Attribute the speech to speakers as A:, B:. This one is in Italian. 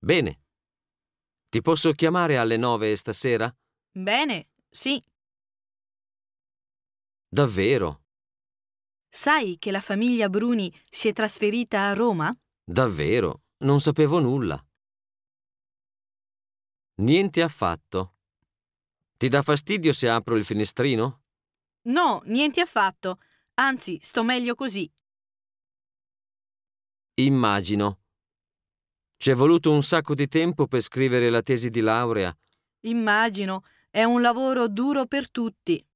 A: Bene. Ti posso chiamare alle nove stasera?
B: Bene, sì.
A: Davvero?
B: Sai che la famiglia Bruni si è trasferita a Roma?
A: Davvero? Non sapevo nulla. Niente affatto. Ti dà fastidio se apro il finestrino?
B: No, niente affatto. Anzi, sto meglio così.
A: Immagino. Ci è voluto un sacco di tempo per scrivere la tesi di laurea.
B: Immagino, è un lavoro duro per tutti.